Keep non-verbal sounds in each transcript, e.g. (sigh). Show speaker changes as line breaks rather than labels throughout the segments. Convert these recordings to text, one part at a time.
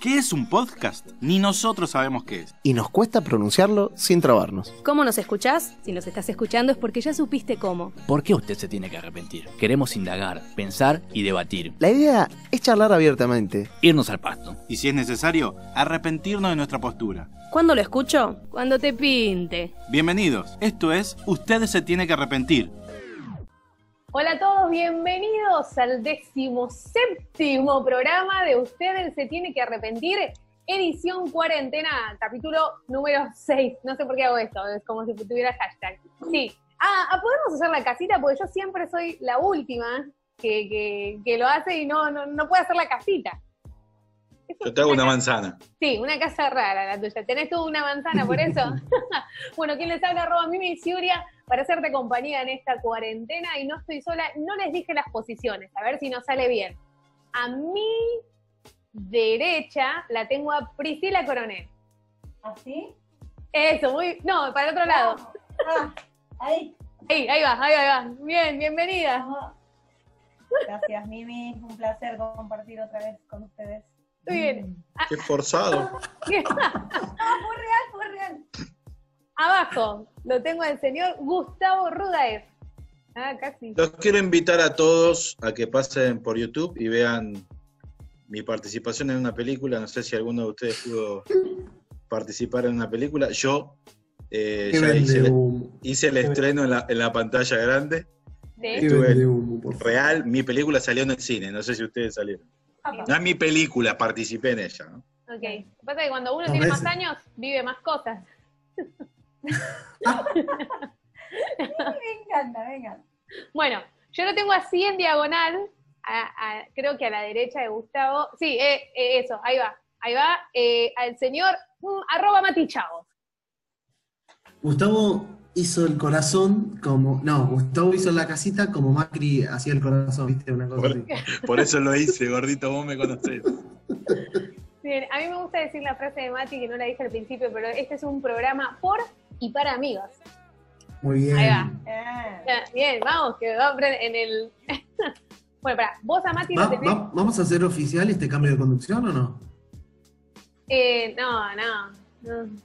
¿Qué es un podcast? Ni nosotros sabemos qué es.
Y nos cuesta pronunciarlo sin trabarnos.
¿Cómo nos escuchás? Si nos estás escuchando es porque ya supiste cómo.
¿Por qué usted se tiene que arrepentir? Queremos indagar, pensar y debatir.
La idea es charlar abiertamente.
Irnos al pasto.
Y si es necesario, arrepentirnos de nuestra postura.
¿Cuándo lo escucho? Cuando te pinte.
Bienvenidos. Esto es Ustedes se tiene que arrepentir.
Hola a todos, bienvenidos al decimoséptimo programa de Ustedes se tiene que arrepentir, edición cuarentena, capítulo número 6. No sé por qué hago esto, es como si tuviera hashtag. Sí. Ah, podemos hacer la casita porque yo siempre soy la última que, que, que lo hace y no, no, no puede hacer la casita. Es
Yo te hago una
ca-
manzana.
Sí, una casa rara la tuya. Tenés tú una manzana por
(laughs)
eso. bueno, quien les habla, arroba Mimi Siuria, para hacerte compañía en esta cuarentena y no estoy sola. No les dije las posiciones, a ver si nos sale bien. A mi derecha la tengo a Priscila Coronel.
¿Así?
Eso, muy. No, para el otro lado.
Ah, ahí.
Ahí, ahí va, ahí va, ahí va. Bien, bienvenida.
Ajá. Gracias, Mimi. Un placer compartir otra vez con ustedes.
Muy
(laughs)
bien.
Ah.
Qué forzado.
Bien.
No, fue real, fue real.
Abajo lo tengo al señor Gustavo Rudaez. Ah, casi.
Los quiero invitar a todos a que pasen por YouTube y vean mi participación en una película. No sé si alguno de ustedes pudo participar en una película. Yo eh,
¿Qué
ya hice,
vende
el-
humo?
hice el estreno en la, en la pantalla grande.
Sí.
¿Qué
¿Eh? Estuve-
vende humo, por favor?
Real, mi película salió en el cine. No sé si ustedes salieron.
Ah,
Apa.
No es mi película, participé en ella. ¿no?
Ok, Lo que pasa es que cuando uno
A
tiene más
veces.
años, vive más cosas.
Mimi, me encanta, me encanta.
Bueno, yo lo tengo así en diagonal, a- a- creo que a la derecha de Gustavo. Sí, eh, eh, eso, ahí va, ahí va, eh, al señor mm, arroba matichao.
Gustavo hizo el corazón como. No, Gustavo hizo la casita como Macri hacía el corazón, ¿viste? Una cosa así.
Por eso lo hice, gordito, vos me conocés.
Bien, a mí me gusta decir la frase de Mati que no la dije al principio, pero este es un programa por y para amigos.
Muy bien.
Ahí va.
Ah,
Ya, Bien, vamos, que va a aprender en el... (laughs) bueno, para, vos a Mati
Va-
lo tenés...
va- ¿Vamos a hacer oficial este cambio de conducción o no?
Eh, no, no, no,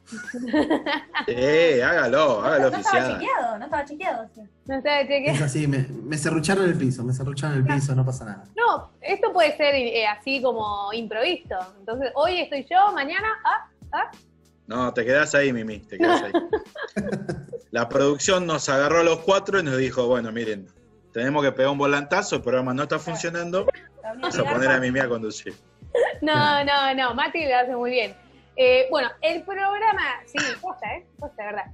Eh, hágalo, hágalo
no estaba
oficial.
chequeado, no estaba chequeado. sí.
no sabe che, qué. Ah.
Es así, me, me cerrucharon el piso, me cerrucharon el piso, no pasa nada.
No, esto puede ser eh, así como improviso. Entonces, hoy estoy yo, mañana, ah,
No, te quedás ahí, Mimi, te quedás ahí. La producción nos agarró a los cuatro y nos dijo, bueno, miren, tenemos que pegar un volantazo, el programa no está funcionando,
La única
vamos a poner a Mimi a conducir.
no, no, no, Mati lo hace muy bien. Eh, bueno, el programa, sí, posta, ¿eh? Posta, de verdad.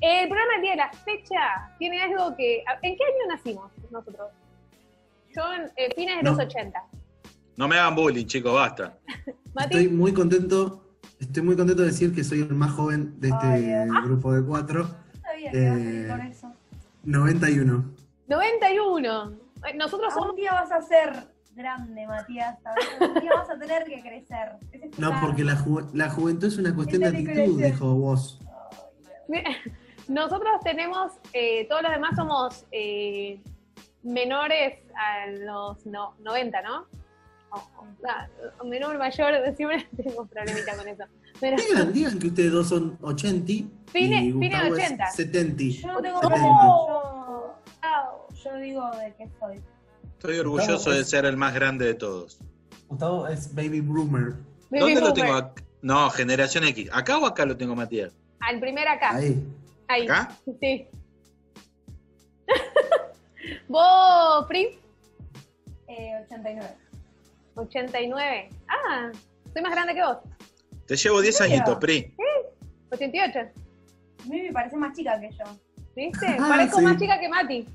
El programa el día de la fecha tiene algo que... ah, ¿En qué año nacimos nosotros? Son eh, fines de
No.
los 80.
No me hagan bullying, chicos, basta.
Mati,
Estoy muy contento, estoy muy contento de decir que soy el más joven de este
Ay,
Oh,
Dios.
(laughs) grupo de cuatro.
no sabía que ibas a ir con
Eh,
eso.
91.
91. Eh, Nosotros somos...
Un día vas a ser grande, Matías. ¿sabes? Un día vas a tener que crecer. Ese es tu
No,
Ah.
plan.
porque la, ju- la juventud es una cuestión de
Esta
actitud,
diferencia.
(laughs)
dijo vos.
Nosotros tenemos, eh, todos los demás somos eh, menores a los no- 90, ¿no? O- o- ah, menor, mayor, (laughs) siempre tengo problemita con eso. Pero,
Digan, digan que ustedes dos son 80
Fine- fine
y Gustavo
80.
es 70.
Yo tengo
¿Cómo?
como. Yo, yo digo de qué soy.
Estoy orgulloso de ser el más grande de todos.
Gustavo es baby boomer.
baby
¿Dónde lo
boomer.
tengo? ac- No, Generación X. ¿Acá o acá lo tengo, Matías?
Al primer acá. Ahí.
Ahí.
¿Acá?
Sí. (laughs) Vos, Pri,
Eh, 89.
89. Ah, soy más grande que vos.
Te llevo 10 añitos, Pri.
88.
Mimi parece más chica que yo.
¿Viste?
Ah,
Parezco
sí.
más chica que Mati.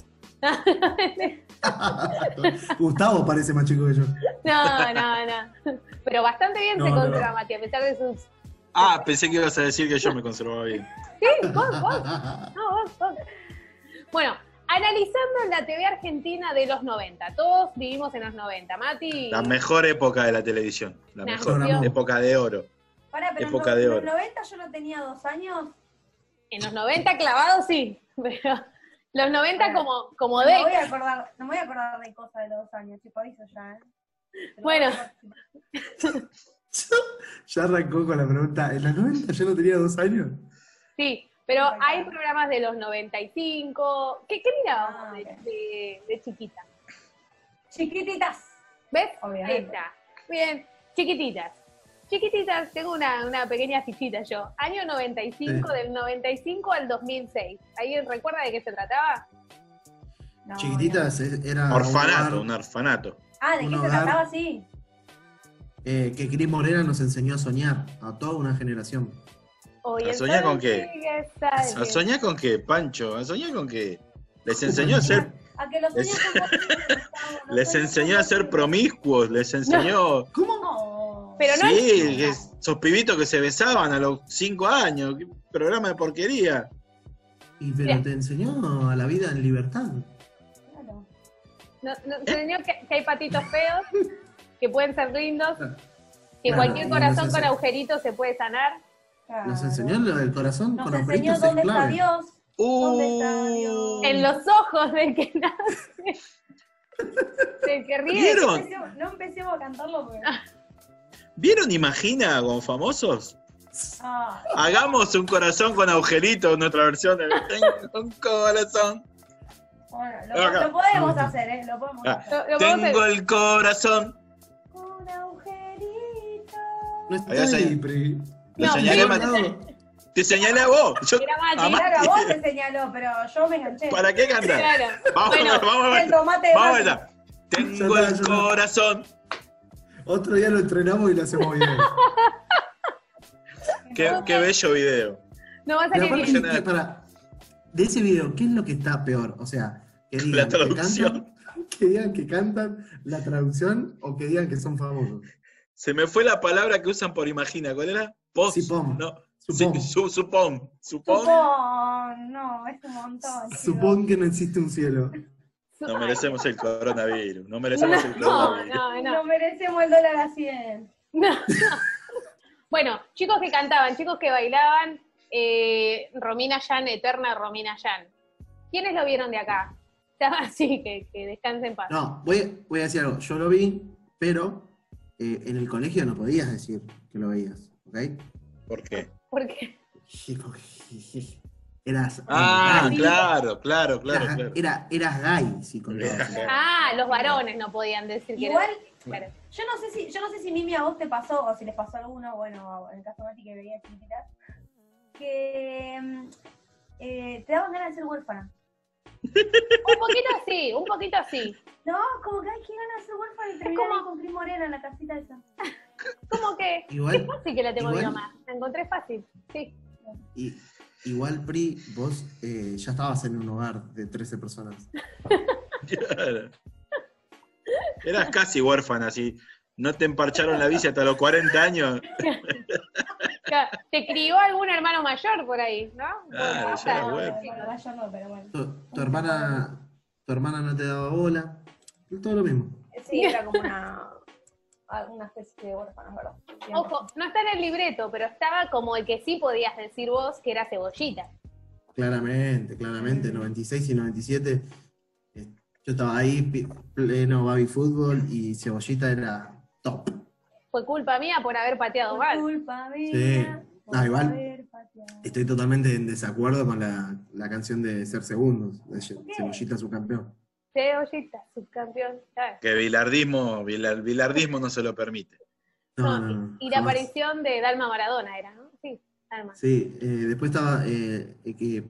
Gustavo parece más chico que yo.
No, no, no. (laughs) Pero bastante bien
No,
se
no.
controla, Mati, a pesar de sus
Ah, pensé que ibas a decir que yo me conservaba bien.
Sí, vos, vos. No, vos, vos. Bueno, analizando la TV argentina de los 90. Todos vivimos en los 90. Mati.
La mejor época de la televisión. La
Nah,
mejor
Dios.
época de oro.
Pará, pero
Época
en
de
los,
oro.
en los 90 yo no tenía dos años.
En los 90 clavados sí. (laughs) Pero los 90 como, como
No me, voy
de.
a acordar, no me voy a acordar de cosas de los dos años, tipo, aviso ya, ¿eh? Pero-
Bueno.
Ya arrancó con la pregunta. ¿En los 90 yo no tenía dos años?
Sí, pero hay programas de los 95. ¿Qué, qué mirábamos
Ah,
de,
ok.
de- de chiquita?
Chiquititas.
¿Ves?
Obviamente.
Ahí está. Bien, chiquititas. Chiquititas, tengo una, una pequeña fichita yo. Año 95,
Sí.
del 95 al 2006. ¿Alguien recuerda de qué se trataba?
No,
Chiquititas es- era.
Orfanato,
un
un
lugar,
orfanato.
no. Ah, ¿de
Un
qué se
hogar.
trataba? Sí.
eh, que Cris Morena nos enseñó a soñar a toda una generación.
Hoy
¿A
en
soñar con
tarde
qué?
llega esta
¿A
alguien.
soñar con qué, Pancho? ¿A soñar con qué? Les enseñó a ser,
A que los
Les-
sueños
(laughs)
son posibles, Gustavo, los
les
sueños
enseñó
son
a ser
posibles.
promiscuos, les enseñó.
¿Cómo?
No.
Pero no
sí,
es-
es- esos pibitos que se besaban a los cinco años. qué programa de porquería.
Y pero
Bien.
te enseñó a la vida en libertad.
Claro.
No, no, enseñó que, que hay patitos feos, que pueden ser lindos, que
Claro,
cualquier
y
corazón
nos
con
enseñó-
agujeritos se puede sanar.
Claro.
Nos enseñó lo del corazón
Nos
con
enseñó
agujeritos
dónde
es
está
clave.
Dios. ¿Dónde está
Uh,
Dios?
En los ojos del que nace. Del que ríe.
No
¿Vieron?
empecemos, no empecemos a cantarlo porque.
¿Vieron Imagina con famosos?
Ah,
Hagamos un corazón con agujeritos, nuestra versión de Tengo un corazón.
bueno, lo,
Acá.
lo podemos
Acá.
hacer, ¿eh? Lo podemos
Ah.
hacer.
Lo- lo vamos a-
Tengo el corazón.
Un agujerito.
No está
Había
ahí,
señal.
pre-
Lo
No, pero-
señalé, Mat- te señalé a vos. Yo-
Era Mati,
a Mati.
Ah, Claro, a vos te señaló, pero yo me enganché.
¿Para qué cantar?
Claro.
Vamos,
Bueno,
(laughs) vamos,
El
vamos,
tomate de
vamos a
Mati.
bailar. Tengo
Ya está,
el
ya está.
corazón.
Otro día lo entrenamos y lo hacemos bien.
Qué, qué bello video.
No va a
Pero
salir
aparte,
bien.
Llena de-
¿viste? para, de ese video, ¿qué es lo que está peor? O sea, que digan, que
traducción.
cantan- (laughs) que digan que cantan la traducción o que digan que son famosos.
Se me fue la palabra que usan por imagina. ¿Cuál era? Pos.
Sipom.
No.
Supón,
Sí, su- supón. Supón.
Supón, no, es un montón. chicos.
supón que no existe un cielo.
No merecemos el coronavirus. No merecemos el
No,
coronavirus.
no,
No
no.
merecemos el dólar a 100.
(laughs) Bueno, chicos que cantaban, chicos que bailaban, eh, Romina Yan, eterna Romina Yan. ¿Quiénes lo vieron de acá? (laughs) Estaba así, que, que descansen en paz.
No, voy, voy a decir algo. Yo lo vi, pero eh, en el colegio no podías decir que lo veías, ¿ok?
¿Por qué?
Porque
Eras.
Ah,
gay.
claro, claro, claro,
Eras-
claro.
Era, eras gay, sí, con
Era
(laughs)
todo.
gay.
Ah, los varones no podían decir que
Igual,
Claro.
yo no sé si, yo no sé si Mimi a vos te pasó, o si les pasó a alguno, bueno, en el caso de Mati que veía chiquititas, que mm, eh, te daban ganas de ser huérfana.
Un poquito así, un poquito así.
No, como que hay que ganas de ser huérfana y terminar
como-
ahí con Cris Morena en la casita esa.
Como que,
Igual,
sí que la tengo
Igual.
bien más. La encontré fácil, sí.
i- igual, Pri, vos eh, ya estabas en un hogar de 13 personas.
Claro. Eras casi huérfana, si no te emparcharon la bici hasta los 40 años.
Claro, Te crió algún hermano mayor por ahí, ¿no?
Ah,
Bueno,
ya era
basta,
bueno.
chicos.
Bueno, yo no, pero bueno.
Tu, tu hermana, tu hermana no te daba bola. Todo lo mismo.
(laughs) Sí, era como una, una especie de huérfana, ¿verdad? Bien.
Ojo, no está en el libreto, pero estaba como el que sí podías decir vos que era cebollita.
Claramente, claramente,
Mm.
96 y 97. eh, Yo estaba ahí, pi- pleno baby fútbol y cebollita era top.
Fue culpa mía por haber pateado
Por
mal.
culpa mía.
Sí.
por
Ah, igual.
haber pateado.
Estoy totalmente en desacuerdo con la, la canción de Ser Segundos, de Ye-
qué?
Cebollita su campeón.
Cebollita, subcampeón. ¿sabes?
Que bilardismo, bilar- bilardismo no se lo permite.
No,
No,
no, no,
Ah, Y la
jamás.
aparición de Dalma Maradona era, ¿no? Sí, Dalma.
Sí, eh, después estaba eh, eh, que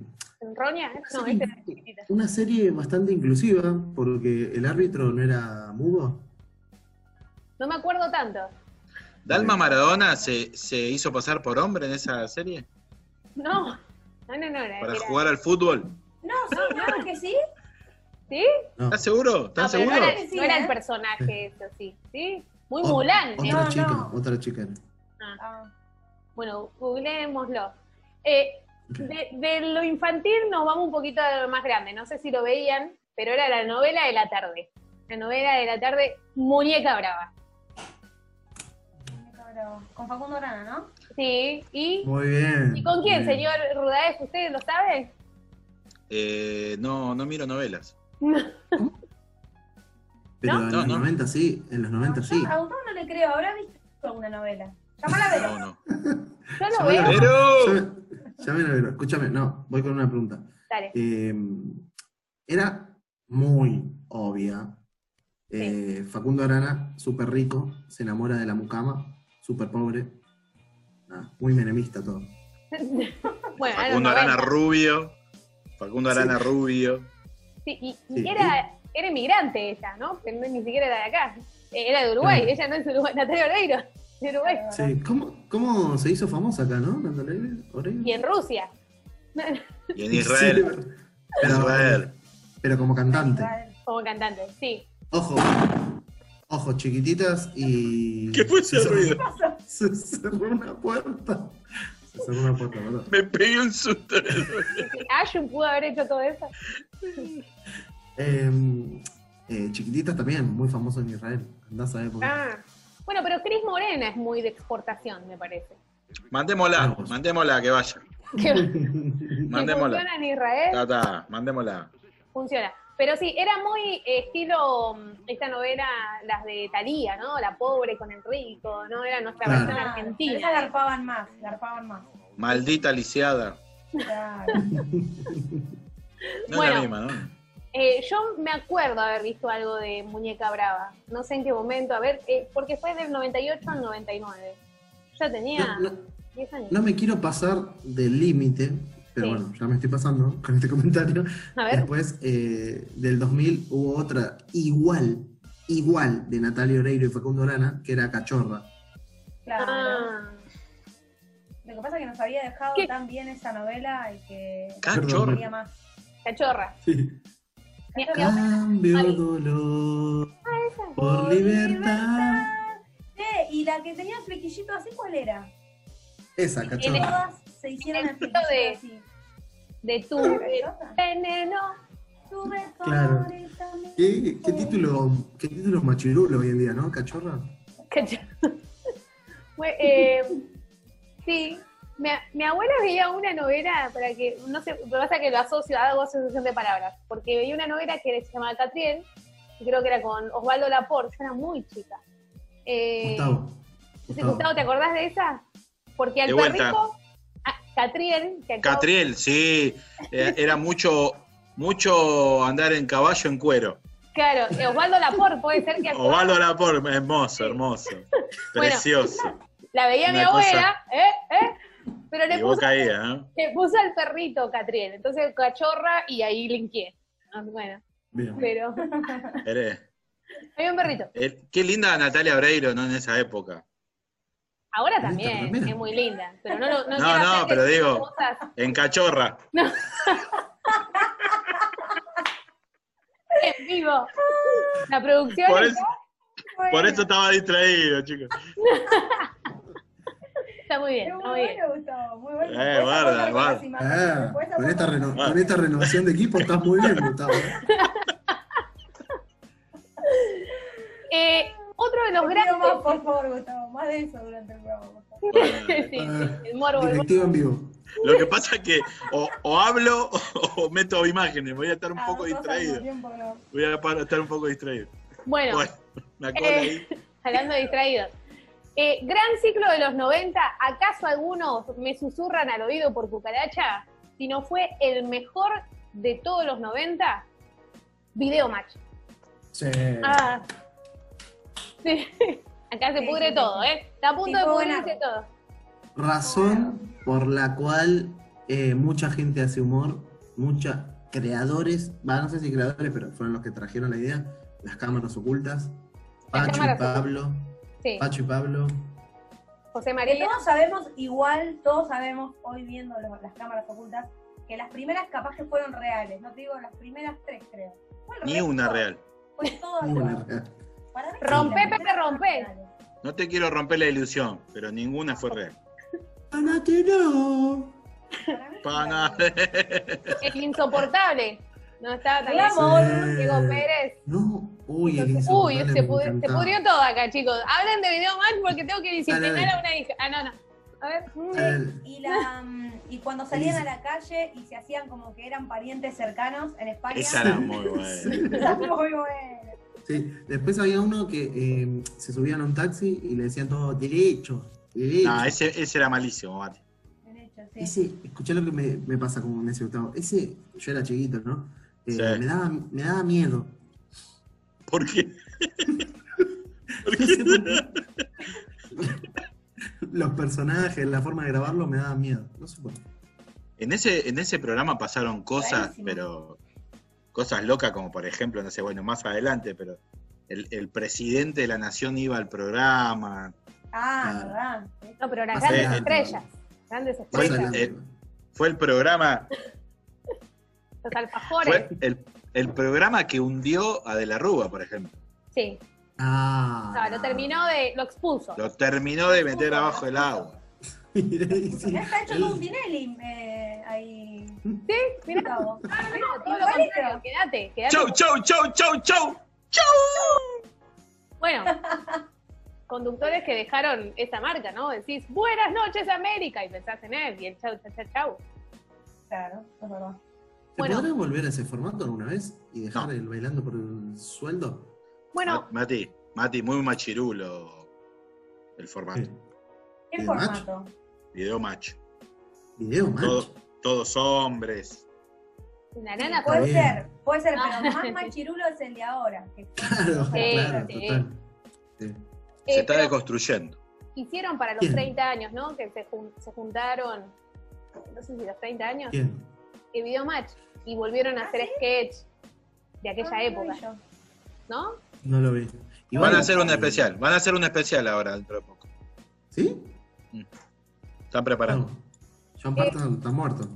¿Ronia? eh? No,
Sí.
esta era chiquitita.
una serie bastante inclusiva, porque el árbitro no era mudo.
No me acuerdo tanto.
¿Dalma Maradona se, se hizo pasar por hombre en esa serie?
No, no, no, no era.
¿Para
era-
jugar al fútbol?
No, sí, claro que sí.
¿Sí?
No,
¿Estás seguro?
No,
¿Estás
pero no
seguro?
era,
Sí,
no era
¿eh?
el personaje eso, sí. ¿Sí? Muy
Ot-
Mulan. ¿eh?
Otra
No,
chica,
no.
otra chica. era.
Ah,
Bueno, googleémoslo. Eh, de, de lo infantil nos vamos un poquito a lo más grande. No sé si lo veían, pero era la novela de la tarde. La novela de la tarde, Muñeca Brava.
qué cabrón. Con Facundo Arana, ¿no?
Sí, ¿y,
Muy bien. Eh,
¿y con quién,
muy bien.
señor Rudaez? ¿Usted lo sabe?
Eh, no, no miro novelas.
Pero en
No,
los
no.
90 sí, en los 90
No,
sí.
Ah,
Yo a Gustavo no le creo, habrá visto alguna novela. Llamala a Vero.
No, no.
Yo lo
Llamala. (laughs)
veo.
Pero.
Llame- llamen a Vero, escúchame, no, voy con una pregunta.
Dale.
Eh, era muy obvia. Eh, Facundo Arana, súper rico, se enamora de la mucama, súper pobre. Nada, muy menemista todo.
Bueno, a los
Facundo
90.
Arana Rubio. Facundo
Sí.
Arana Rubio.
Sí, y, y
Sí.
era, era inmigrante ella, ¿no? Que no- ni siquiera era de acá. Eh, Era de Uruguay,
Claro.
ella no es Uruguay, Natalia Oreiro, de Uruguay.
Sí, ¿cómo, cómo se hizo famosa acá, no? Natalia Oreiro.
Y en Rusia. (laughs)
Y en Israel.
Sí, pero-
Israel.
pero como cantante.
Como cantante, sí.
Ojo, ojo, chiquititas y.
¿Qué fue ese
se cerró-
ruido?
(laughs) Se cerró una puerta. Se cerró una puerta, ¿verdad?
(laughs) Me pegué un susto.
Ashun pudo haber hecho todo eso.
Eh, eh, chiquititas también, muy famoso en Israel. Andás a saber por qué.
Ah. Bueno, pero Cris Morena es muy de exportación, me parece.
Mandémosla, mandémosla, que vaya.
Que que
Mandémosla.
funciona en Israel,
Ta, ta, mandémosla.
funciona. Pero sí, era muy eh, estilo mm, esta novela, las de Talía, ¿no? La pobre con el rico, ¿no? Era nuestra
Claro.
versión
Ah, Pero esas
argentina.
garpaban más, garpaban más.
Maldita lisiada.
(laughs)
Claro.
No
Bueno.
es la misma, ¿no?
Eh, yo me acuerdo haber visto algo de Muñeca Brava. No sé en qué momento, a ver, eh, porque fue del 98 al 99. Yo tenía
(laughs) No, no,
10 años.
no me quiero pasar del límite, pero
Sí.
bueno, ya me estoy pasando con este comentario.
A ver,
Después eh, del 2000 hubo otra igual, igual de Natalia Oreiro y Facundo Arana, que era Cachorra.
claro.
ah,
Lo que pasa es que nos había dejado
¿Qué?
tan bien esa novela y que
Perdón,
Cachorro.
quería más.
cachorra.
Sí.
Ni-
(laughs) Cambio
Ay.
dolor por libertad.
Che, Eh, y la que tenía el flequillito así, ¿cuál era?
Esa, cachorra.
Todas se hicieron
el
el
filo
flequillito
de-
así.
De tu eh,
¿Cachorra?
veneno.
Tuve
Claro.
favorita mía.
¿Qué, qué título, qué título machirulo hoy en día, ¿no? Cachorra.
Cacha- (laughs) Bue- eh, sí, mi, a- mi abuela veía una novela para que, no sé, lo que pasa es que lo asocio, hago asociación de palabras, porque veía una novela que se llamaba Catriel, y creo que era con Osvaldo Laporte, yo era muy chica. Eh,
Gustavo.
sí, Gustavo, ¿te acordás de esa? Porque al
De vuelta.
perrito, a- Catriel, que acabo-
Catriel, sí. Eh, Era mucho, mucho andar en caballo en cuero.
claro, eh, Osvaldo Laporte puede
(laughs)
ser que actuaba-
Ovalo Laporte, hermoso, hermoso. Precioso.
la veía mi
una cosa-
abuela, ¿eh? ¿eh? Pero le
Y vos
puso
caías, ¿eh? ¿no?
Le puse al perrito Catriel, entonces cachorra y ahí linqué. Ah, Bueno,
Bien.
pero (laughs)
Eres-
había un perrito.
eh, Qué linda Natalia Oreiro, ¿no? En esa época.
Ahora
Bonita
también
remera.
es muy linda, pero no lo- no,
No,
quiero
no,
hacer que
pero
esas
digo-
cosas-
En cachorra.
en vivo. La producción
Por
está,
eso, por eso estaba distraído, chicos.
está muy bien,
Pero
está muy
muy
bien.
bueno, Gustavo, muy bueno.
Eh,
Podés aportar
guarda,
con las
guarda.
imágenes,
Ah,
podés
con, esta
aportar.
reno- con esta renovación de equipo estás muy bien, Gustavo.
Eh, otro de
Te
los
pido
grandes.
más, por favor, Gustavo, más de eso durante el programa. por favor.
(laughs) Sí, sí,
Ah,
el morbo. el morbo.
Directivo Ah, en vivo.
Lo que pasa es que o, o hablo (laughs) o meto imágenes. Voy a estar un
Ah,
poco
dos cosas al mismo
distraído.
tiempo, no.
Voy a par- estar un poco distraído.
Bueno,
Bueno, me acuerdo
eh, hablando de distraídos. Eh, gran ciclo de los 90, ¿acaso algunos me susurran al oído por cucaracha? Si no fue el mejor de todos los 90, Video Match.
Sí.
Ah. Sí. Acá se
Sí,
pudre
sí,
todo,
sí.
¿eh? Está a punto
Sí,
de
fue buena.
pudrirse todo.
Razón por la cual eh, mucha gente hace humor, mucha creadores, va, no sé si creadores, pero fueron los que trajeron la idea, las cámaras ocultas,
Las
Pacho
cámaras
y Pablo,
Sí.
Pacho y Pablo,
José
Que
María.
todos sabemos, igual, todos sabemos, hoy viendo los- las cámaras ocultas, que las primeras capaz que fueron reales. No te digo, las primeras tres, creo. Fue el
ahí. Ni
resto,
una real.
Fue todo
una
real.
real.
Para mí,
Rompé,
las
Pepe,
primeras fueron
rompé.
reales.
No te quiero romper la ilusión, pero ninguna fue real.
Panatero.
Para mí,
Pana-
El insoportable. No estaba tan
El amor.
Diego Pérez.
No, uy, el
Entonces, uy, se,
insoportable me
pudri- se
encantaba.
pudrió todo acá, chicos. Hablen de video match porque tengo que
Dale,
disciplinar
dale.
a una hija. Ah, no, no. A ver. mm,
El-
Y, la, mm, y (laughs) cuando salían a la calle y se hacían como que eran parientes cercanos en
(laughs)
España.
Esa era muy buena.
Está (laughs) muy bueno.
Sí, después había uno que eh, se subían a un taxi y le decían todo derecho, El
No,
hecho.
ese, ese era malísimo, Mati.
En hecho, sí.
Ese, escuchá lo que me, me pasa con ese Gustavo. Ese, yo era chiquito, ¿no? Eh,
Sí.
me, daba, me daba miedo.
¿Por
(laughs)
qué? ¿Por
No sé
qué?
por qué. Los personajes, la forma de grabarlo me daban miedo. No sé por qué.
En ese, en ese programa pasaron cosas,
Rarísimo.
pero cosas locas, como por ejemplo, no sé, bueno, más adelante, pero el, el presidente de la nación iba al programa.
Ah, ¿verdad?
No, pero las
Más
grandes
adelante.
estrellas. Grandes
Más
estrellas.
adelante.
eh, Fue el programa,
Los alfajores.
fue el, el programa que hundió a De la Rúa, por ejemplo.
Sí.
Ah,
No, lo
(laughs)
terminó de. Lo expuso.
Lo terminó de meter abajo del agua.
Sí.
Ya está hecho todo un Tinelli eh,
(laughs)
ahí.
Sí, mira.
Gustavo.
No, todo lo contrario. Quédate, quédate.
¡Chau, chau, chau, chau, chau!
Bueno, conductores que dejaron esa marca, ¿no? Decís, buenas noches América, y pensás en él, y el chau, chau, chau, chau.
Claro, es verdad.
¿Se
Bueno.
podrá volver a ese formato alguna vez y dejar
No.
el bailando por el sueldo?
Bueno,
Mati, Mati, muy machirulo el formato.
¿Qué
¿De
formato?
Video macho.
Video, man.
Todo- todos hombres.
Ah.
la nana
Bueno,
Puede
bien.
ser, puede ser,
Ah.
pero
(laughs)
más machirulo es el de ahora. que-
Claro, (laughs) claro,
sí.
total.
Se
Sí.
Eh,
está
pero
deconstruyendo.
hicieron para los
Bien.
30 años, ¿no? Que se, jun- se juntaron, no sé si los 30 años,
Bien.
el video match, y volvieron a
¿Ah,
hacer sketch de aquella
Ah,
época,
yo.
¿no?
No lo vi. Y
Van a
bueno,
hacer un
eh,
especial, van a hacer un especial ahora dentro de poco.
¿Sí?
Están preparando.
No. John Patton está muerto.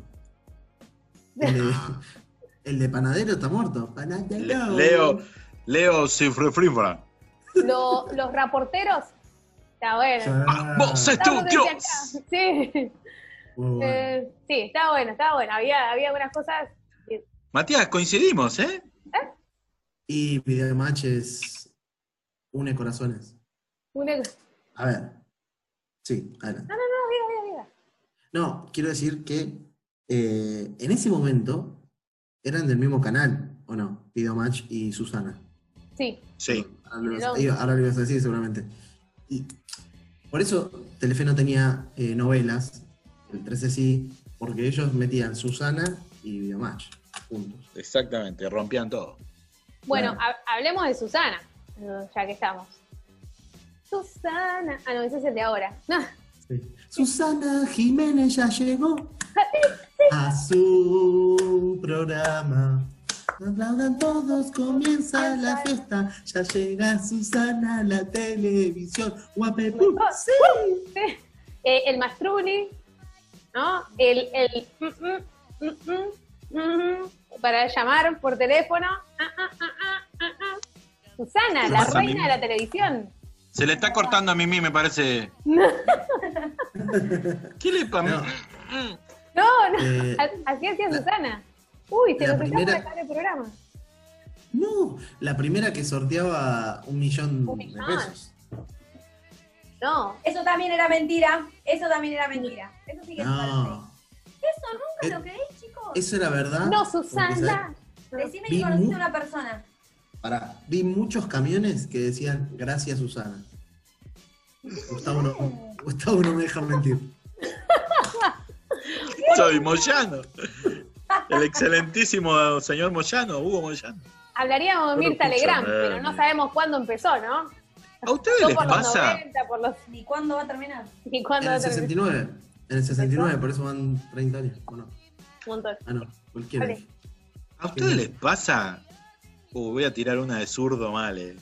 El de, (laughs) el de panadero está muerto. Panadero.
Le- Leo, Leo Cifrifrifra.
Lo- los raporteros, está bueno.
Ah,
Vos es tu
Estamos desde acá.
Dios.
Sí.
Muy bueno.
Eh, sí, estaba bueno, estaba bueno. Había, había algunas cosas
Matías, coincidimos, ¿eh?
Y videomatches une corazones.
Una... No,
A ver. Sí, adelante.
diga, diga, diga.
No, quiero decir que eh, en ese momento eran del mismo canal, ¿o no? Videomatch y Susana.
Sí,
Sí.
Ahora lo,
Pero-
ibas, iba- ahora lo ibas a decir seguramente. Y por eso Telefe no tenía eh, novelas, el 13 sí, porque ellos metían Susana y Videomatch juntos.
Exactamente, rompían todo.
bueno,
Claro.
hab- hablemos de Susana, eh, ya que estamos. Susana. Ah, no, ese es el de ahora. (laughs) No,
Sí. Susana Jiménez ya llegó a su programa. Aplaudan todos, comienza la fiesta. Ya llega Susana a la televisión. Guapepú, sí.
sí. Eh, el Mastruni, ¿no? El. el mm, mm, mm, mm, mm, para llamar por teléfono. Ah, ah, ah, ah, ah, ah. Susana,
¿Qué
la
pasa,
reina
Mimi?
de la televisión.
Se le está cortando a Mimi, me
(laughs)
parece. ¿Qué le pasa?
No, (laughs) no.
Eh,
a- Así hacía Susana. Uy, se
la
nos está por
primera-
acabar el programa.
No, la primera que sorteaba un millón
Un
de
millón.
pesos.
No,
Eso también era mentira. Eso también era mentira. Eso sí que es falso.
No,
Eso nunca
Eh,
lo creí, chicos.
eso era verdad.
no,
porque,
Susana.
¿sabes?
Decime
vi
que conociste
mu-
a una persona.
Pará, vi muchos camiones que decían gracias Susana. Gustavo (laughs) no, Gustavo no me deja mentir.
Soy Moyano. El excelentísimo señor Moyano, Hugo Moyano.
Hablaríamos de
Pero
Mirta Legrand,
escúchame.
pero no sabemos cuándo empezó, ¿no?
¿A ustedes
No
les
por los
pasa?
90, por los... (laughs)
¿Ni cuándo va a terminar?
¿Y
En
cuándo
el
terminó?
69, en el 69, por eso van 30 años. ¿o no?
Un montón.
Ah, no, cualquiera.
Vale.
¿A ustedes les pasa? Uh, voy a tirar una de zurdo mal. eh.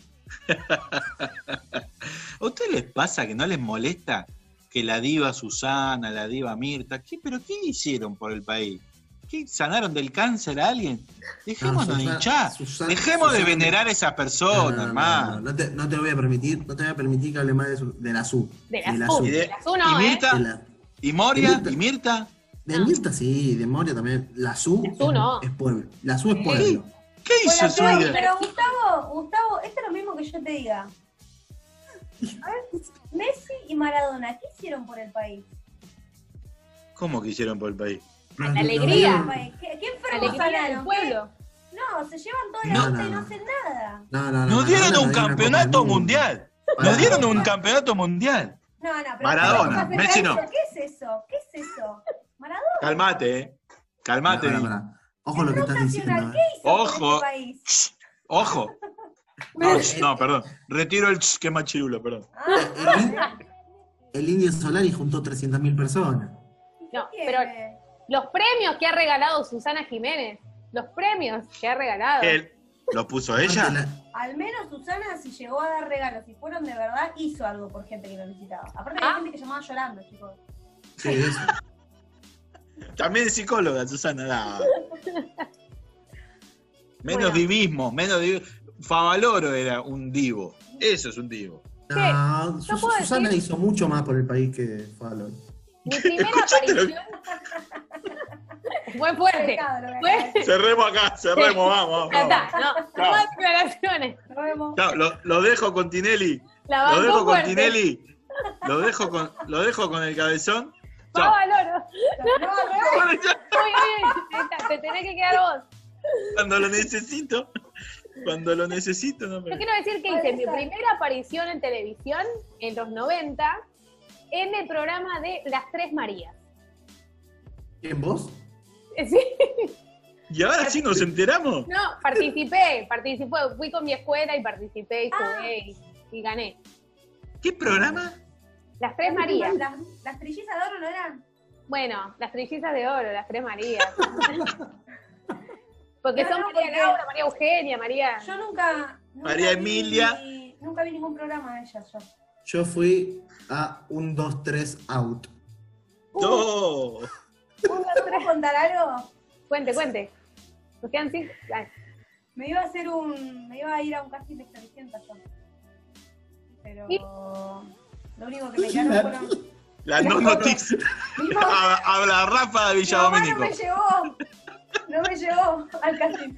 ¿A ustedes les pasa que no les molesta que la diva Susana, la diva Mirta, ¿qué, pero qué hicieron por el país? ¿Qué sanaron del cáncer a alguien? Dejémonos de
Susana-
hinchar.
Susana-
Dejemos de
Susana-
venerar a esas
No,
personas,
no, no, no,
hermano.
no, no te, no te voy a permitir, no te voy a permitir que hable más de, su- de la SU.
De la
la
SU.
SU.
Y, de-
Las uno,
y
¿eh?
Mirta,
de la-
y Moria,
Mirta.
y Mirta.
De
No.
Mirta sí, de Moria también. La SU,
Ah. La SU no.
es, es pueblo. La SU es pueblo.
¿Qué hizo
Bueno,
su
pero,
vida?
pero, Gustavo, Gustavo, esto es lo mismo que yo te diga. A ver, Messi y Maradona, ¿qué hicieron por el país?
¿Cómo que hicieron por el país?
La
alegría.
¿Qué, qué
La
enfermos
alegría del
sanaron?
pueblo.
No, se llevan toda la
No,
onda
no,
y no
no.
hacen nada.
No, no, no,
Nos dieron
Maradona
un
dio una Copa del
campeonato
Mundo.
mundial.
Pará.
Nos dieron un campeonato mundial.
No, no, pero.
Maradona,
¿qué
Messi no.
¿Qué es eso? ¿Qué es eso? Maradona
Calmate, eh. Calmate.
Pará,
Di.
pará, pará. Ojo lo que estás diciendo.
nacional,
eh.
¿qué hizo por
Ojo.
este país?
Ch, Ojo. No, ch, no, perdón. Retiro el ch, que es más chirulo, perdón.
Ah,
El Indio Solari juntó 300.000 personas.
No,
¿qué
pero
tiene?
los premios que ha regalado Susana Jiménez, los premios que ha regalado.
Él lo puso ella.
Aparte la-
Al menos Susana, si llegó a dar regalos y fueron de verdad, hizo algo por gente que lo necesitaba. Aparte, hay
Ah.
gente que llamaba llorando, chicos.
sí, eso.
También psicóloga, Susana. da. Menos
Bueno.
divismo, menos divismo. Favaloro era un divo. Eso es un divo.
No, Su-
puedo
Susana
decir-
hizo mucho más por el país que Fallon.
Mi
(laughs)
primera aparición fue fuerte.
Pecado, lo que
Fue-
acabas de decir.
Cerremos acá, cerremos, vamos.
Ya
vamos,
está,
vamos.
no,
Chao.
más declaraciones.
(laughs)
Nos vemos.
Chao, lo, lo dejo con Tinelli.
La
Lo
bancó
dejo con
fuerte.
Tinelli. Lo dejo con, lo dejo con el cabezón. Chao.
Pava Loro.
No, al revés.
Ahora ya,
Muy bien, ahí está, te tenés que quedar vos.
Cuando lo necesito. Cuando lo necesito, no
Yo
me.
quiero decir que hice mi primera aparición en televisión en los 90 en el programa de Las Tres Marías.
¿Quién vos?
Eh, Sí,
Y ahora sí nos enteramos.
no, participé, participé, fui con mi escuela y participé y jugué y, y gané.
¿Qué programa?
Las Tres Marías.
Las, las trillizas de oro no eran.
Bueno, las trillizas de oro, las Tres Marías. (laughs) Porque
No,
son
no,
María
porque-
Laura, María Eugenia, María.
Yo nunca. nunca
María
vi-
Emilia.
Nunca vi ningún programa de ellas. Yo.
Yo fui a un 2-3 out.
No.
¿Puedo contar algo?
Cuente, cuente. Nos quedan cinco. Ay,
Me iba a hacer un. Me iba a ir a un casting de Floricienta yo. Pero.
¿Y?
Lo único que me quedaron fueron.
La no noticia. (laughs)
Mi mamá,
Habla- Habla Rafa de
mi
Villa
mamá no
Dominico.
me llevó. No me llevó al casting.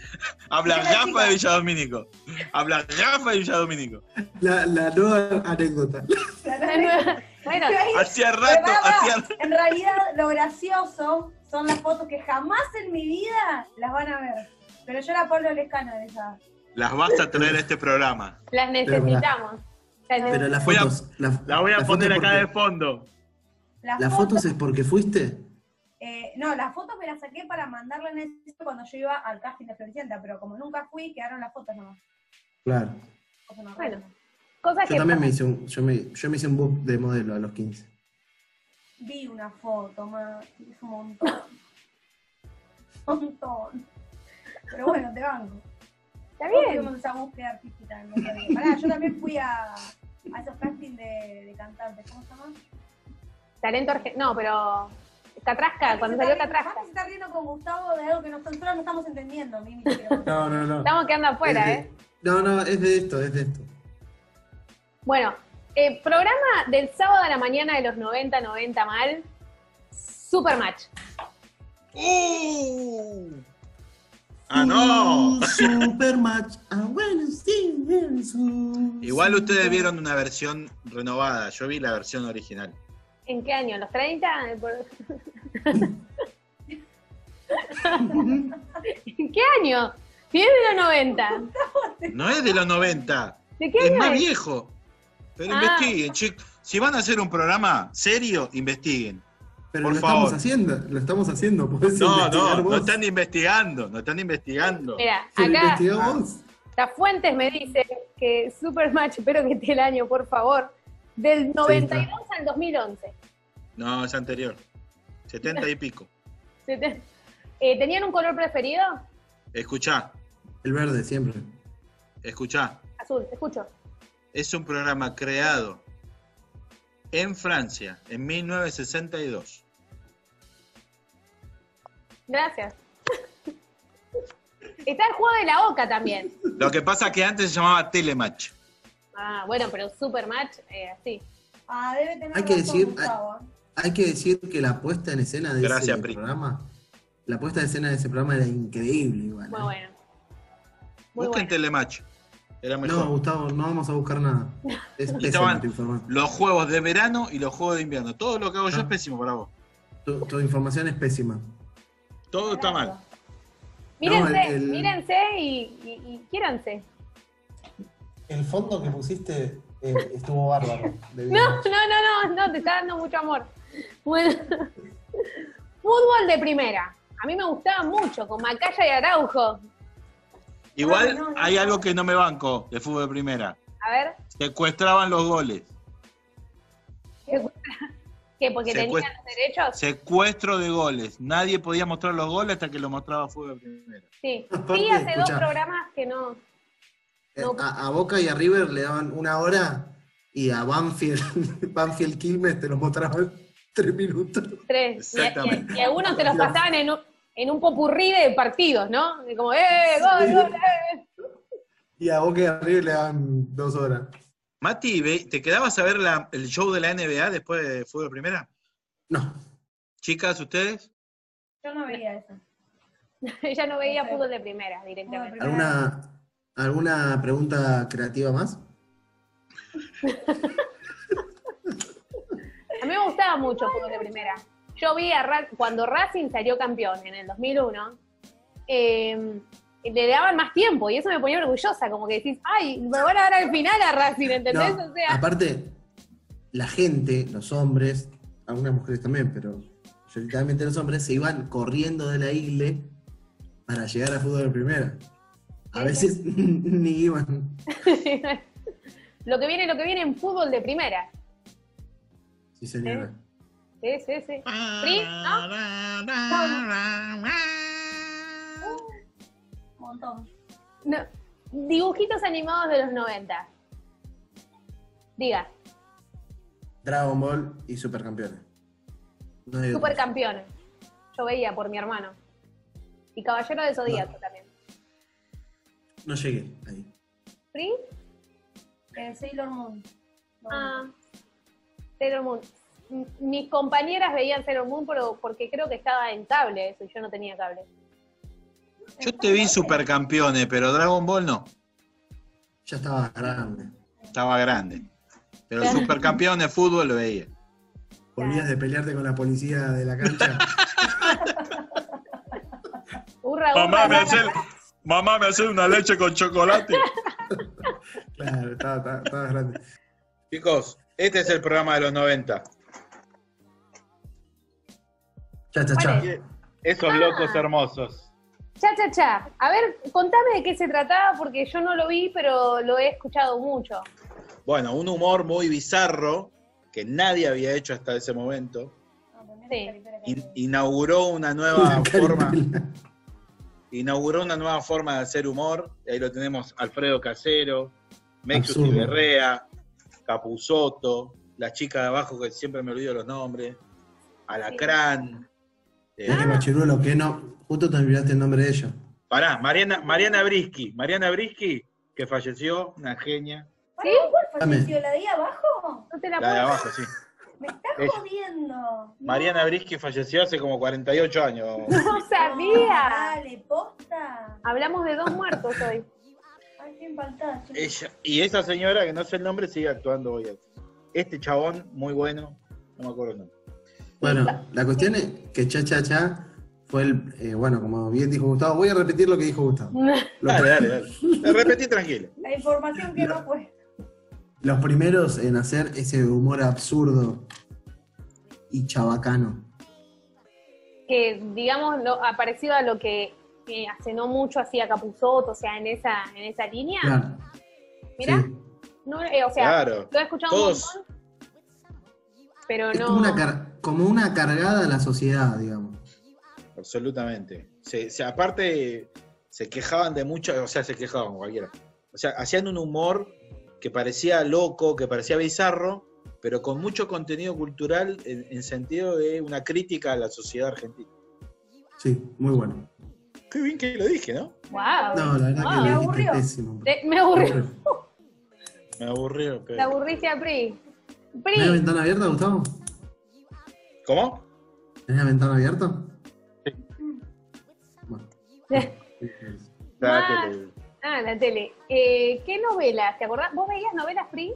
Habla
Era
Rafa
chica.
de Villa Dominico. Habla Rafa de Villa Dominico.
La, la nueva anécdota.
la
La verdad
nueva. Bueno,
que ahí-
Hacía rato,
Pero va, va.
hacía
En realidad, lo gracioso son las fotos que jamás en mi vida las van a ver. Pero yo era Pablo Lescano de esa.
Las vas a traer a este programa.
las necesitamos. Las neces-
Pero las
Voy a-
fotos. la-
La voy a
las
poner
fotos
acá de
porque-
fondo.
Las
¿Las
fotos,
fotos es porque fuiste?
eh, no, las fotos me las saqué para mandarla en el cuando yo iba al casting de Floricienta, pero como nunca fui, quedaron las fotos nomás.
Claro.
Cosa más
Bueno,
rara.
cosas
Yo
que.
también me
pasan.
hice un, yo me, yo me hice un book de modelo a los 15.
Vi una foto, más, es un montón. un montón. Pero bueno, te banco.
Está
Todos
bien.
tuvimos esa búsqueda artística. en nuestra vida. Pará, yo también fui a, a esos castings de, de cantantes. ¿Cómo se llama?
Talento argentino. No, pero. Catrasca, cuando salió Catrasca.
Aparte se está riendo con Gustavo de algo que nosotros no estamos entendiendo,
(laughs)
Mimi. creo.
No, no, no.
Estamos quedando afuera,
Es de-
¿eh?
No, no, es de esto, es de esto.
Bueno, eh, programa del sábado a la mañana de los 90, 90 mal. Supermatch. ¡Uh!
Ah, no.
Uh, Supermatch. Ah, bueno, sí, bien, su-
Igual
su-
ustedes vieron una versión renovada. Yo vi la versión original.
¿En qué año? ¿En los 30? Eh, por-
(laughs)
¿En qué año? Si es de los 90.
No es de los 90.
¿De qué
Es
año
más
es?
viejo. Pero
Ah.
investiguen, chicos. Si van a hacer un programa serio, investiguen.
Pero
Por
lo
favor.
estamos haciendo, lo estamos haciendo. podés
No,
investigar
no, no
vos.
están investigando. No están investigando.
Mira,
Pero
acá
investigá vos.
las fuentes me dicen que Supermatch, espero que esté el año, por favor, del 92 al 2011.
No, es anterior. 70 y pico.
Se te- eh, ¿Tenían un color preferido?
Escuchá,
El verde, siempre.
escuchá.
Azul, te escucho.
es un programa creado en Francia en 1962.
Gracias. (laughs) Está el juego de la OCA también.
Lo que pasa que antes se llamaba Telematch.
Ah, bueno, pero Supermatch, eh, así.
Ah, debe tener
Hay que
razón,
decir-
Gustavo. ¿eh?
Hay que decir que la puesta en escena de
Gracias,
ese
Pri.
programa, la puesta en escena de ese programa era increíble igual.
Muy
¿eh?
bueno. Muy bueno.
Busquen Telematch. Era mejor.
No, Gustavo, no vamos a buscar nada. Es pésimo
Estaban-
tu información.
Los juegos de verano y los juegos de invierno. Todo lo que hago yo
Ah.
es pésimo para vos.
Tu, tu información es pésima.
Todo está mal.
Mírense,
No, el- el-
mírense y, y, y quiéranse.
El fondo que pusiste Eh, estuvo bárbaro. de bien.
No, no, no, no, no, te está dando mucho amor. Bueno. (laughs) Fútbol de primera. A mí me gustaba mucho, con Macaya y Araujo.
Igual
no, no.
hay algo que no me banco de fútbol de primera.
A ver,
Secuestraban los goles.
¿qué? Porque
Se
tenían
cuesta.
los derechos.
Secuestro de goles. Nadie podía mostrar los goles hasta que lo mostraba fútbol de primera.
Sí,
Aparte,
sí hace dos
escuchá.
programas que no.
Eh,
No.
A, a Boca y a River le daban una hora y a Banfield, (laughs) Banfield Quilmes te lo mostraban tres minutos.
Tres. Y,
Exactamente.
y- y algunos te los pasaban en un, en un popurrí de partidos, ¿no? Y como, ¡eh, gol,
Sí.
gol! eh! (laughs)
Y a Boca y a River le daban dos horas.
Mati, ve- ¿te quedabas a ver la- el show de la NBA después de fútbol de primera?
No,
Chicas, ustedes.
Yo no veía eso.
Ella no veía
Sí.
fútbol de primera
Fútbol de
directamente.
¿alguna, alguna pregunta creativa más?
A mí me gustaba mucho fútbol de primera. Yo vi a Ra- cuando Racing salió campeón en el 2001, eh, le daban más tiempo y eso me ponía orgullosa, como que decís, ay, me van a dar al final a Racing, ¿entendés?
No,
o sea, (laughs)
Aparte, la gente, los hombres, algunas mujeres también, pero mayoritariamente los hombres, se iban corriendo de la igle para llegar a fútbol de primera. A veces (laughs) ni iban.
lo que viene, lo que viene en fútbol de primera.
Sí, señora.
¿Eh? Sí, sí, sí. ¿Pri?
(laughs)
¿No?
Un montón.
No. Dibujitos animados de los 90. Diga,
Dragon Ball y Supercampeones. No hay otro.
supercampeones. Yo veía por mi hermano. Y Caballero de Zodíaco también.
No llegué ahí.
¿Pri?
Eh, Sailor Moon. No,
Ah, Sailor Moon. M- Mis compañeras veían Sailor Moon pero porque creo que estaba en cable eso y yo no tenía cable.
Yo te vi supercampeones, pero Dragon Ball no.
Ya estaba grande.
Estaba grande. Pero supercampeones de fútbol lo veía.
Volvías de pelearte con la policía de
(laughs)
la cancha.
Hurra, hurra, hurra.
mamá me hace una leche con chocolate.
claro, estaba, estaba- estaba grande.
Chicos, este es el programa de los 90.
Ya, ya,
¿Cuál
(laughs) ya.
Esos locos hermosos.
Cha, cha, cha. A ver, contame de qué se trataba porque yo no lo vi, pero lo he escuchado mucho.
Bueno, un humor muy bizarro que nadie había hecho hasta ese momento.
no, también
Sí.
es caricatura que-
In- inauguró una nueva
Una
forma.
caripela.
Inauguró una nueva forma de hacer humor. Ahí lo tenemos Alfredo Casero, Mexus
Absurdo.
Berrea, Capuzotto, la chica de abajo que siempre me olvido los nombres, Alacrán. eh,
Mirá que Ah, machirulo, que no. Justo te olvidaste el nombre de ellos.
Pará, Mariana, Mariana Brisky. Mariana Brisky, que falleció, una genia.
Pará,
¿Sí?
¿Cuál falleció? ¿La de ahí abajo?
No te la
La de
puedo.
abajo, sí.
Me está
Ella.
jodiendo.
Mariana Brisky falleció hace como 48 años.
(laughs) No sabía.
Dale, posta.
Hablamos de dos muertos hoy.
Ay, estoy impactada. chicos.
Ella, y esa señora, que no sé el nombre, sigue actuando hoy. Este chabón, muy bueno, no me acuerdo el nombre.
Bueno, la cuestión es que Cha Cha Cha fue el. eh, bueno, como bien dijo Gustavo, voy a repetir lo que dijo
(laughs)
Gustavo. Los,
Dale, dale, dale.
(laughs)
La repetí tranquilo.
La información que no fue.
los primeros en hacer ese humor absurdo y chabacano.
que digamos lo, ha parecido a lo que eh, hace no mucho hacía Capuzot, o sea, en esa, en esa línea.
Claro.
Ah, Mirá,
Ah, sí.
no, eh, o sea,
Claro.
lo he escuchado
Todos.
un montón, pero
Es
no.
como una, car- como una cargada a la sociedad, digamos.
Absolutamente. Se, se- aparte, se quejaban de muchas, o sea, se quejaban cualquiera. O sea, hacían un humor que parecía loco, que parecía bizarro, pero con mucho contenido cultural en, en sentido de una crítica a la sociedad argentina.
Sí, muy bueno.
Qué bien que lo dije, ¿no?
Guau.
No, la verdad
Ah,
que
me
lo
aburrió.
dijiste pésimo.
Te- me aburrí,
Me aburrió.
te
Pero...
aburriste a Pri.
¿Tenés la
Pri,
ventana abierta, Gustavo?
¿Cómo?
¿Tenés la ventana abierta?
Sí.
Bueno.
Ma- ah, la tele. Eh, ¿Qué novelas? ¿Te acordás? ¿Vos veías novelas Pri?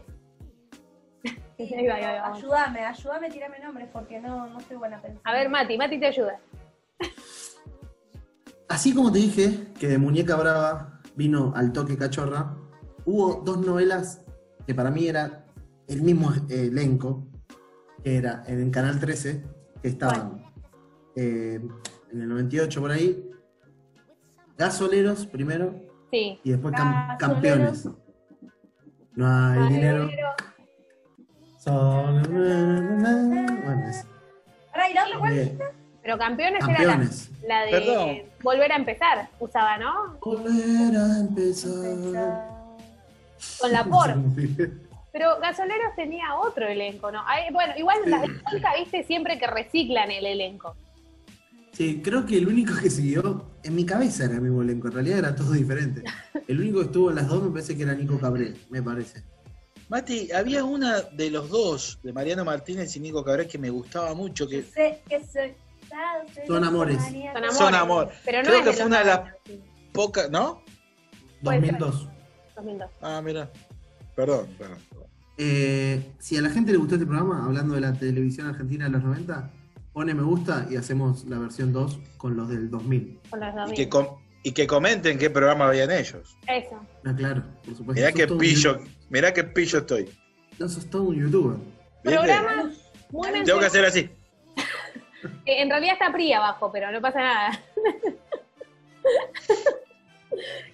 Sí,
Ahí va, ahí va, ahí va.
ayúdame, ayúdame, tirame nombres porque no, no soy buena pensando.
A ver, Mati, Mati te ayuda.
Así como te dije que de Muñeca Brava vino al toque cachorra, hubo dos novelas que para mí era el mismo eh, elenco que era en el Canal 13, que estaban eh, en el 98 por ahí, gasoleros primero
Sí.
y después cam-
Gasoleros.
campeones. No hay
Ay,
dinero.
dinero.
Solo- Bueno, es-
Pará, ¿y la otra cuál?
eh,
Pero campeones,
campeones.
era la, la de
Perdón.
volver a empezar, usaba, ¿no?
Volver a empezar.
Con la por. Pero Gasoleros tenía otro elenco, ¿no? Ay, bueno, igual las de Cuenca, viste, siempre que reciclan el elenco.
Sí, creo que el único que siguió, en mi cabeza era el mismo elenco, en realidad era todo diferente. El único que estuvo en las dos me parece que era Nico Cabré, me parece.
Mati, había una de los dos, de Mariano Martínez y Nico Cabrera, que me gustaba mucho, que
Sé que soy- Ah, soy
Son
la
amores.
compañía-
Son amores.
Son amor.
Pero no
Creo
es
que
de
fue
los
una de las-
90, sí,
poca, ¿no?
Puede ser.
2002.
2002.
Ah, mira. Perdón, perdón.
Eh, si a la gente le gustó este programa, hablando de la televisión argentina de los 90, pone me gusta y hacemos la versión 2 con los del 2000.
Con los
Y que,
2000.
com- y que comenten qué programa habían ellos.
Eso.
Ah, claro, por supuesto.
Mirá
Sos
qué
todo un
pillo,
youtuber.
mirá qué pillo estoy.
No, sos todo un youtuber.
¿Viste?
Programa muy
Tengo que
mencionado.
hacer así.
Eh, En realidad está PRI abajo, pero no pasa nada. (laughs)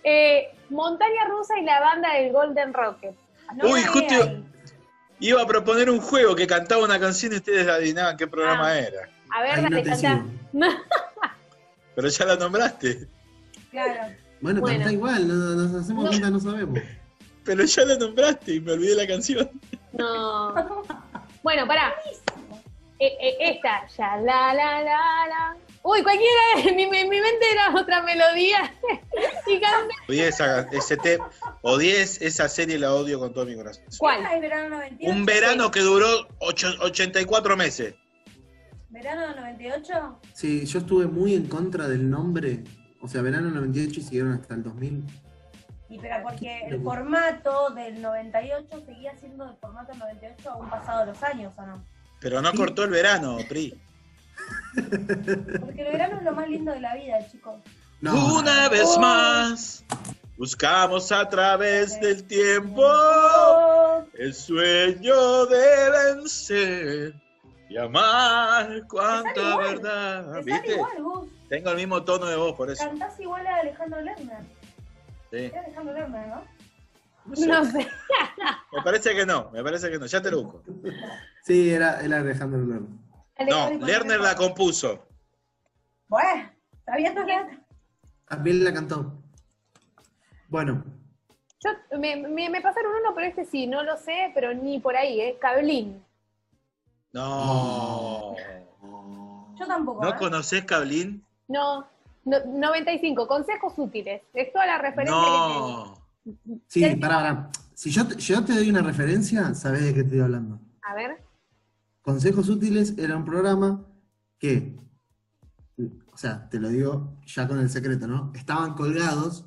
Eh, Montaña Rusa y la banda del Golden Rocket. No
Uy,
me
justo-
vean.
Iba a proponer un juego que cantaba una canción y ustedes adivinaban qué programa
Ah.
era.
A ver,
Ahí no
dale,
te
cantá.
sigo.
Pero ya la nombraste.
Claro.
Bueno.
Bueno, pero está igual, no- no- nos hacemos
No.
cuenta, no sabemos.
Pero ya la nombraste y me olvidé la canción.
No. Bueno, pará. Eh, eh, esta. Ya, la, la, la, la. Uy, cualquiera. (laughs) En mi, en mi mente era otra melodía. (laughs) y canté.
Odié esa, ese te- odié esa serie, la odio con todo mi corazón.
¿Cuál?
Ay, verano 98.
Un verano que duró ocho- 84 meses.
¿Verano 98?
Sí, yo estuve muy en contra del nombre. O sea, verano 98 y siguieron hasta el 2000.
Y pero porque el formato del 98 seguía siendo el formato del 98 aún pasado los años, ¿o no?
Pero no cortó el verano, Pri.
Porque el verano es lo más lindo de la vida, chicos.
No,
Una vez
Oh.
más, buscamos a través del tiempo
Ah,
el sueño de vencer y amar
Te sale
cuánta
igual.
verdad.
Te sale
Ah, ¿Viste?
igual vos,
Tengo el mismo tono de voz, por eso.
cantás igual a Alejandro Lerner.
Sí.
Era Alejandro Lerner, ¿no?
No sé.
No sé.
Me parece que no, me parece que no. Ya te lo busco.
Sí, era, era Alejandro Lerner.
No, Lerner la compuso.
Bueno, sabía tocar.
También la cantó. Bueno,
Yo, me, me, me pasaron uno, pero este sí, no lo sé, pero ni por ahí, ¿eh? Cablín.
No.
Yo tampoco. ¿eh?
¿No conoces Cablín?
No, no, 95, consejos útiles. Es toda la referencia que
No.
sí, pará, pará. Si yo te, yo te doy una referencia, sabés de qué estoy hablando.
tengo. A ver,
Consejos Útiles era un programa que, o sea, te lo digo ya con el secreto, ¿no? Estaban colgados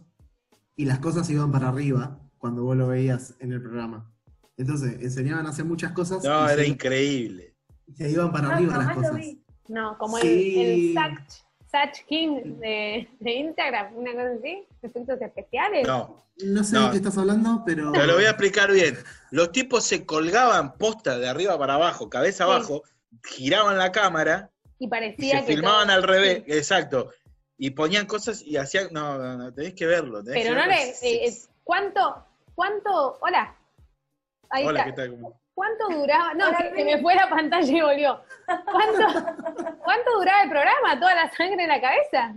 y las cosas iban para arriba cuando vos lo veías en el programa. Entonces, enseñaban a hacer muchas cosas
No,
y,
era
se,
increíble.
y se iban para
No,
arriba
jamás
las
lo
cosas.
vi.
no, como
Sí.
el, el Sach, Sach King de, de Instagram, una cosa así, efectos especiales.
No,
No sé
No.
de qué estás hablando, pero...
te lo voy a explicar bien. Los tipos se colgaban posta de arriba para abajo, cabeza
Sí.
abajo, giraban la cámara
Y
y
parecía
se
que.
filmaban
todo-
al revés.
Sí.
Exacto. Y ponían cosas y hacían. No, no, no, tenés que verlo. tenés
Pero
que
no
verlo.
le. eh, eh, ¿Cuánto? ¿Cuánto? Hola. Ahí
Hola, ¿qué
está.
tal? ¿Cómo-
¿Cuánto duraba? No,
Hola,
se, se
Rubén.
me fue la pantalla y volvió. ¿Cuánto, ¿Cuánto duraba el programa? ¿Toda la sangre en la cabeza?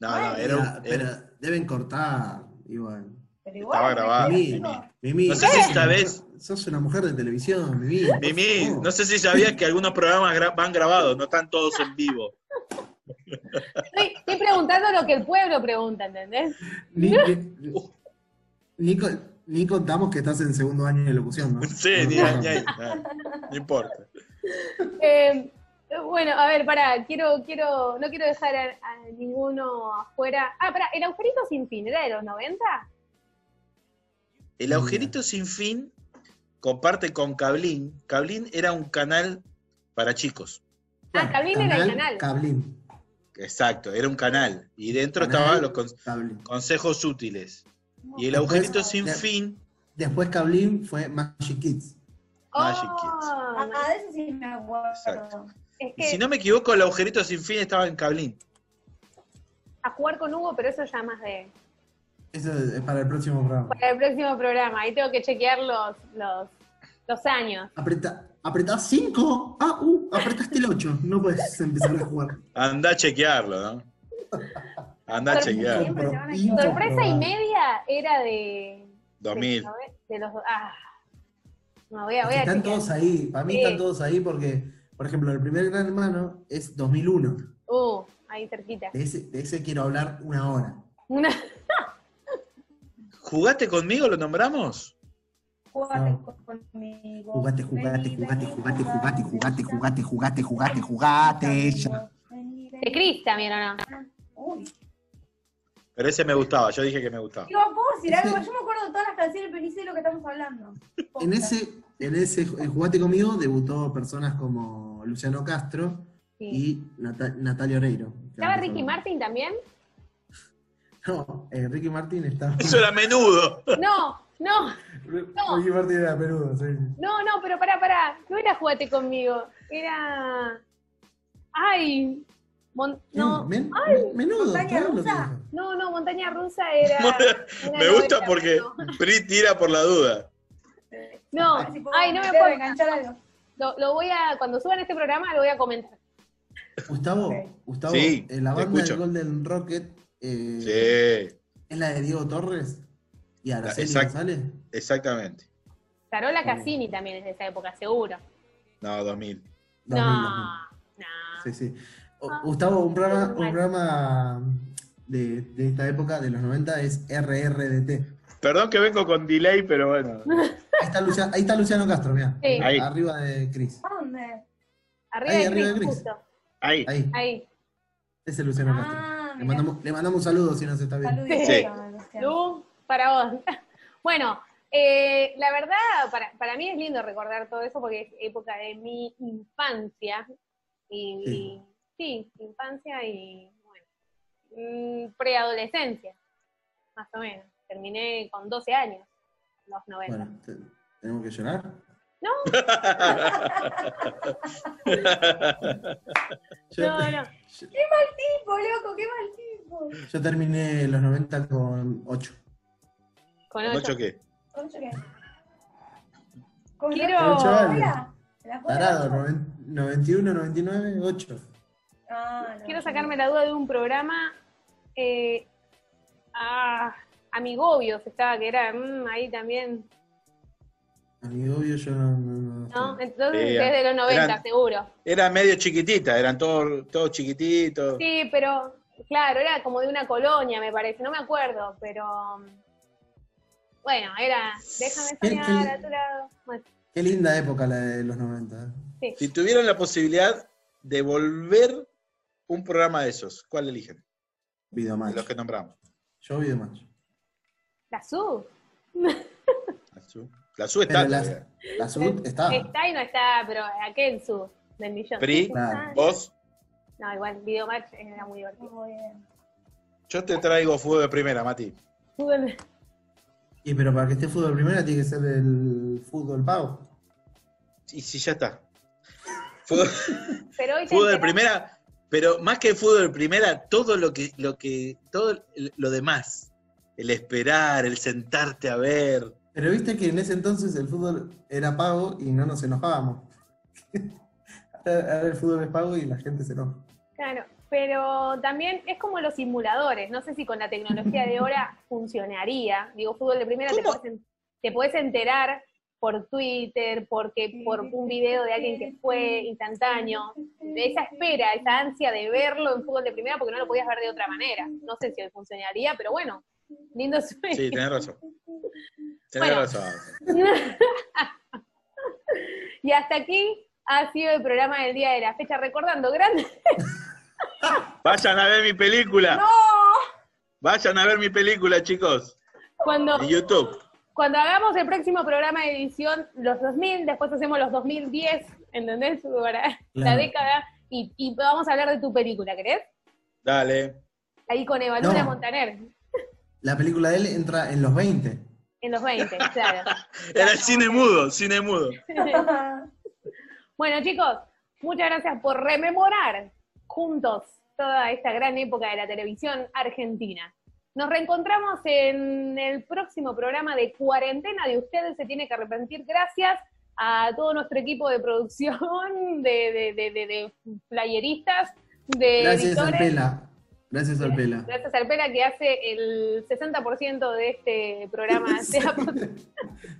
No, no, era
Pero,
un.
pero
era-
deben cortar, igual.
Pero
Estaba
igual. ¿eh?
grabado. Ah,
Mimi, Mimi,
No sé si
sos una
sabés.
mujer- Sos una mujer de televisión, Mimi. por
Mimi,
favor.
no sé si sabías que algunos programas gra- van grabados, no están todos en vivo. (laughs)
Estoy, estoy preguntando lo que el pueblo pregunta, ¿entendés?
Ni, ni- ni con- ni contamos que estás en segundo año de locución, ¿no?
Sí,
No,
ni,
no,
ni ahí, nada, no importa.
Eh, bueno, a ver, pará, quiero, quiero, no quiero dejar a, a ninguno afuera. Ah, pará, el agujerito sin fin, ¿era de los 90?
El agujerito sin fin comparte con Cablín. Cablín era un canal para chicos.
Ah, Cablín era el canal.
Cablín.
Exacto, era un canal. Y dentro
Canal.
estaban los con-
Cablín.
consejos útiles. Y el
Después-
agujerito sin
de-
fin
Después Kablin fue Magic Kids.
Magic Kids.
Ah,
Ah, de eso sí me acuerdo.
Exacto.
es que
Si no me equivoco, el agujerito sin fin estaba en Cablín.
a jugar con Hugo, pero eso ya más de
Eso es es para el próximo programa.
para el próximo programa. Ahí tengo que chequear los los, los años.
Apreta, apretás 5. Ah, uh, apretaste el 8. No puedes empezar a
(laughs)
jugar.
Anda a chequearlo, ¿no? Anda a
Pero-
chequearlo.
Siempre te van a
Impro-
No,
Sorpresa y
improprobable.
media era de
2000.
De, de los ah. No, voy a, voy a
Están
chequear.
todos ahí. Para mí
Sí.
están todos ahí porque, por ejemplo, el primer Gran Hermano es 2001.
Uh, ahí cerquita. (laughs)
De ese, de ese quiero hablar una hora.
Una-
¿Jugaste conmigo? ¿Lo nombramos?
Jugate
No.
conmigo.
Ah. Jugate, jugate,
Vení,
jugate,
vení,
jugate,
jugate,
jugate, jugate, jugate, jugate, jugate,
jugate,
jugate, ya.
conmigo. Vení, vení.
De Cris también, ¿o no?
Uy.
Pero ese me gustaba, yo dije que
(laughs)
me gustaba.
Digo, ¿puedo decir
Ese-
algo? Yo me acuerdo de todas las canciones, pero ni sé de lo que estamos hablando.
En ese, en ese en Jugate conmigo debutó personas como Luciano Castro
Sí.
y Nata- Natalia Oreiro.
¿Estaba Ricky Martin también?
No, eh, Ricky Martin estaba.
Eso era menudo.
No, no, no.
Ricky Martin era peludo, sí.
no, no, pero pará, pará. No era jugate conmigo. Era. Ay. mon-
Eh,
No,
men- men- menudo,
Montaña
claro lo que
rusa.
dijo.
no, no, montaña rusa
(laughs)
era. era
Me gusta
novela,
porque
pero (laughs)
Pri tira por la duda.
No,
A ver si puedo
ay, no me
meter o
puedo.
enganchar algo.
Lo, lo voy a. Cuando suban este programa, lo voy a comentar.
Gustavo,
Ok.
Gustavo,
Sí,
eh, la
te
banda
escucho.
del Golden Rocket eh,
Sí,
es la de Diego Torres y Araceli
Exacto.
González.
exactamente.
Carola
Sí.
Cassini también es de esa época, seguro.
No, 2000.
2000,
no,
2000.
no.
Sí, sí. O-
Ah,
Gustavo, un programa,
muy
un
mal.
programa de, de esta época, de los 90, es RRDT.
Perdón que vengo con delay, pero bueno.
Ahí está, Lucia- ahí está Luciano Castro, mira.
Sí.
Ahí.
Arriba de Cris.
¿Dónde?
Arriba,
Ahí,
de
arriba de
Cris,
Cris.
justo.
Ahí.
Ahí,
Ahí.
ese es Luciano Castro.
Ah,
Le
mirá.
mandamos, le mandamos un saludo si nos está viendo.
Saludos.
Sí.
Lu, para vos. (laughs) Bueno, eh, la verdad, para, para mí es lindo recordar todo eso porque es época de mi infancia. Y
Sí.
y- sí, infancia y, bueno, mm, preadolescencia, más o menos. Terminé con 12 años, los 90.
Bueno, te- tenemos que llorar. (laughs) Yo,
no, no.
yo-
Tipo, loco, qué mal tipo.
yo terminé los 90 con 8.
Con
¿Con
ocho.
ocho qué?
¿Con qué? ¿Con
Quiero-
ocho?
Ocho años.
Mira, ¿La escuela?
Tarado, noven- 91, 99, 8.
Ah, no.
Quiero sacarme la duda de un programa. Eh, ah, Amigobios estaba, que era mm, ahí también.
Amigo, obvio, yo no. no- no-
¿no? Entonces,
Sí,
desde los 90,
eran-
seguro.
Era medio chiquitita, eran todos todos chiquititos.
Sí, pero claro, era como de una colonia, me parece. No me acuerdo, pero. Bueno, era. Déjame
¿Qué-
soñar
qué-
a tu lado. Bueno,
Qué linda época la de los 90. ¿eh?
Si tuvieran la posibilidad de volver un programa de esos, ¿cuál eligen? De
Videomatch.
los que nombramos.
Yo Videomatch.
la sub.
La SU, la SU está
Pero la,
todavía.
la sub está.
Está y no está, pero aquel sub del millón.
Pri,
Claro.
vos,
No, igual, Videomatch era muy divertido.
Muy bien.
yo te traigo fútbol de primera, Mati.
Súbeme.
Y pero para que esté fútbol primera tiene que ser el fútbol pago.
Y si ya está.
(laughs)
Fútbol,
Pero hoy te
fútbol de
enterás-
primera, pero más que el fútbol de primera, todo lo que, lo que, todo lo demás. El esperar, el sentarte a ver.
Pero viste que en ese entonces el fútbol era pago y no nos enojábamos. (laughs) ahora, ahora el fútbol es pago y la gente se enoja.
Claro, pero también es como los simuladores. No sé si con la tecnología de ahora funcionaría. Digo, fútbol de primera te
¿Cómo?
podés, en- te podés enterar por Twitter, porque por un video de alguien que fue instantáneo. De esa espera, esa ansia de verlo en fútbol de primera porque no lo podías ver de otra manera. No sé si hoy funcionaría, pero bueno, lindo sueño.
Sí, tenés razón. Tenés
Bueno.
razón.
Y hasta aquí ha sido el programa del día de la fecha. Recordando, grande.
Vayan a ver mi película. Vayan a ver mi película, chicos.
Cuando,
En YouTube.
Cuando hagamos el próximo programa de edición, los 2000, después hacemos los 2010, ¿entendés? Para La
Claro.
década. Y, y vamos a hablar de tu película, ¿querés?
Dale.
Ahí con Evaluna
No.
Montaner.
La película de él entra en los 20.
En los 20,
(laughs)
claro.
Era el cine mudo, cine mudo.
bueno, chicos, muchas gracias por rememorar juntos toda esta gran época de la televisión argentina. Nos reencontramos en el próximo programa de cuarentena de ustedes se tiene que arrepentir. Gracias a todo nuestro equipo de producción, (laughs) de, de, de, de- de playeristas, de
Gracias al
editores.
Pela. Gracias al Pela.
Eh, Gracias al Pela que hace el 60% de este programa (laughs) sea posible.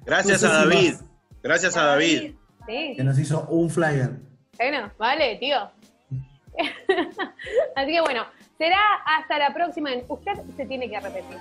Gracias a
No sé si
David,
más.
gracias a David.
Sí,
Que nos hizo un flyer.
bueno, vale, tío. (laughs) Así que bueno, será hasta la próxima en Usted se tiene que arrepentir.